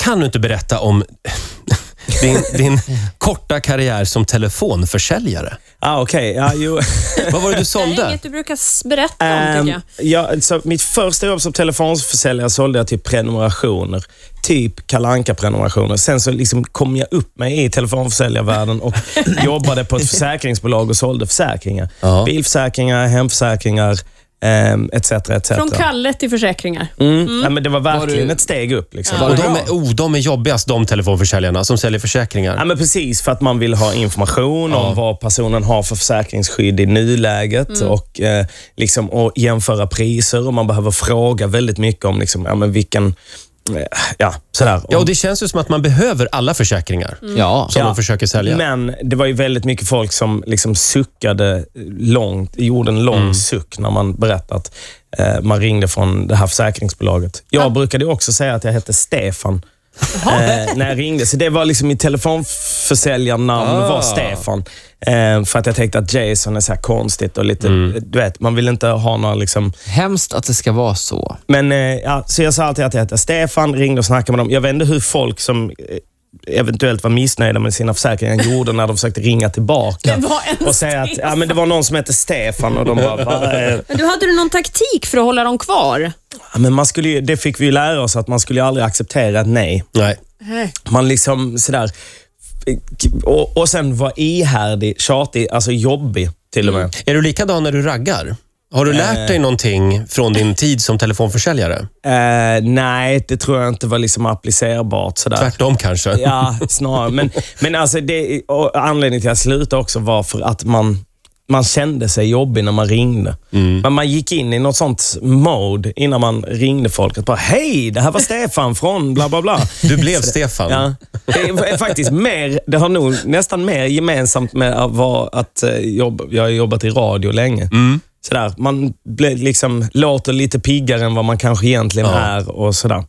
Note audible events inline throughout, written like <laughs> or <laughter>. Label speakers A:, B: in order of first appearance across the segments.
A: Kan du inte berätta om <laughs> din, din korta karriär som telefonförsäljare?
B: Ah, Okej, ja,
C: <laughs>
B: jo.
A: Vad var det du
C: Det är
A: sålde?
C: inget du brukar s- berätta om,
B: Ehm,
C: tycker jag.
B: ja, så mitt första jobb som telefonförsäljare sålde jag till prenumerationer. Typ Kalle Anka-prenumerationer. Sen så liksom kom jag upp mig i telefonförsäljarvärlden
C: <laughs>
B: och jobbade på ett försäkringsbolag och sålde försäkringar.
A: Ja.
B: Bilförsäkringar, hemförsäkringar, um, etc. etc.
C: Från Kalle till försäkringar.
B: Mm. Ja, men det var verkligen
D: du-
B: ett steg upp. Liksom.
A: Och de är, oh, de är jobbigast, de telefonförsäljarna som säljer försäkringar.
B: Ja, men precis, för att man vill ha information om vad personen har för försäkringsskydd i nuläget och, eh, liksom, och jämföra priser. Och man behöver fråga väldigt mycket om liksom, ja, men vilken... eh, Ja, sådär.
A: Ja, och det känns ju som att man behöver alla försäkringar
C: Mm.
D: Ja.
A: som de försöker sälja.
B: Men det var ju väldigt mycket folk som liksom suckade långt, gjorde en lång
A: Mm.
B: suck när man berättade att eh, man ringde från det här försäkringsbolaget. Jag brukade ju också säga att jag hette Stefan. Eh, när jag ringde. Så det var liksom mitt telefonförsäljarnamn var Stefan. Eh, för att jag tänkte att Jason är så här konstigt och lite,
A: Mm.
B: du vet, man vill inte ha några liksom...
D: Hemskt att det ska vara så.
B: Men eh, ja, så jag sa alltid att jag hette Stefan, ringde och snackade med dem. Jag vet inte hur folk som eh, eventuellt var missnöjda med sina försäkringar <laughs> gjorde när de försökte ringa tillbaka.
C: Det var en
B: och säga att ja, men det var någon som hette Stefan och de bara, "Va, eh,
C: Men du hade du någon taktik för att hålla dem kvar?
B: ja, men man skulle ju, det fick vi ju lära oss att man skulle ju aldrig acceptera ett nej.
A: Nej.
B: Man liksom sådär, eh, och, och sen var ihärdig, tjatig, alltså jobbig till och med.
C: Mm.
A: Är du likadan när du raggar? Har du lärt dig någonting från din tid som telefonförsäljare?
B: Eh, nej, det tror jag inte var liksom applicerbart sådär.
A: Tvärtom kanske?
B: Ja, snarare. Men, men alltså det, och anledningen till att jag slutade också var för att man, man kände sig jobbig när man ringde. Men man gick in i något sånt mode innan man ringde folk. Att bara, hej, det här var Stefan från bla bla bla.
A: Du blev Stefan.
B: Ja. Det är faktiskt mer, det har nog nästan mer gemensamt med att, vara att eh, jobba, jag har jobbat i radio länge. Sådär, man blir liksom, låter lite piggare än vad man kanske egentligen är och sådär.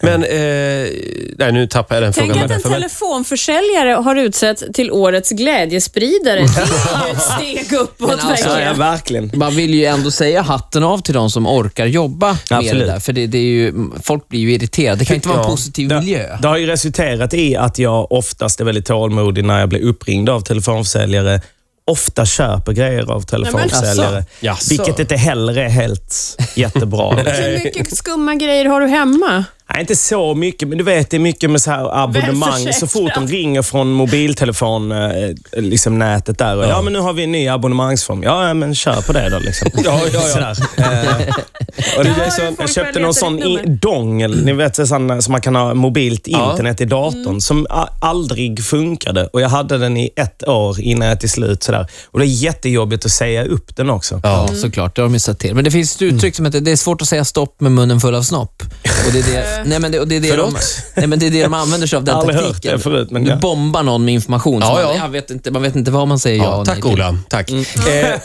A: Men, eh, nej nu tappar jag den
C: Tänk
A: frågan.
C: att en
A: därför, men-
C: telefonförsäljare har utsetts till årets
B: <laughs>
C: glädjespridare. Det är ju ett steg
D: Men
C: uppåt
D: alltså,
B: Ja, ja,
C: verkligen.
B: verkligen.
D: Man vill ju ändå säga hatten av till de som orkar jobba med det
B: Absolut.
D: där. För det, det är ju, folk blir ju irriterade. Det kan inte vara en
B: Ja.
D: positiv
B: Det-
D: miljö.
B: Det har ju resulterat i att jag oftast är väldigt tålmodig när jag blir uppringd av telefonförsäljare. Ofta köper grejer av telefonförsäljare,
A: Jaså.
B: vilket inte heller är helt jättebra. Nej.
C: Hur mycket skumma grejer har du hemma?
B: Nej, inte så mycket, men du vet, det är mycket med så här abonnemang.
C: Välförsäkrat.
B: Så fort de ringer från mobiltelefonnätet liksom nätet där. Och, ja. men nu har vi en ny abonnemangsform. Ja, ja, men kör på det då. Liksom. ja, ja, ja. Sådär. Eh, <laughs> och det
C: Ja,
B: är så,
C: det får
B: jag
C: vi
B: köpte
C: följa
B: någon
C: efter
B: sån
C: ditt
B: i,
C: nummer.
B: dongel, ni vet, så sån, eh, som man kan ha mobilt internet i datorn, som a- aldrig funkade. Och Jag hade den i ett år innan jag till slut... Sådär. Och Det är jättejobbigt att säga upp den också.
D: Ja, såklart. Det har de ju sett till. Men det finns ett
B: Mm.
D: uttryck som heter det är svårt att säga stopp med munnen full av snopp. Och det är <laughs> det, nej, men det, och det, är det, de,
A: Förlåt?
D: nej, men det är
B: <laughs>
D: det de använder sig av, den
B: Jag har aldrig hört
D: taktiken.
B: det förut, men
D: du
B: ja.
D: bombar någon med information.
A: Ja,
D: som man-
A: ja.
D: Jag vet inte, man vet inte vad man säger ja,
A: ja,
D: och nej
B: Mm.
A: tack
B: <laughs>
D: till.
A: Ola. Tack. Eh,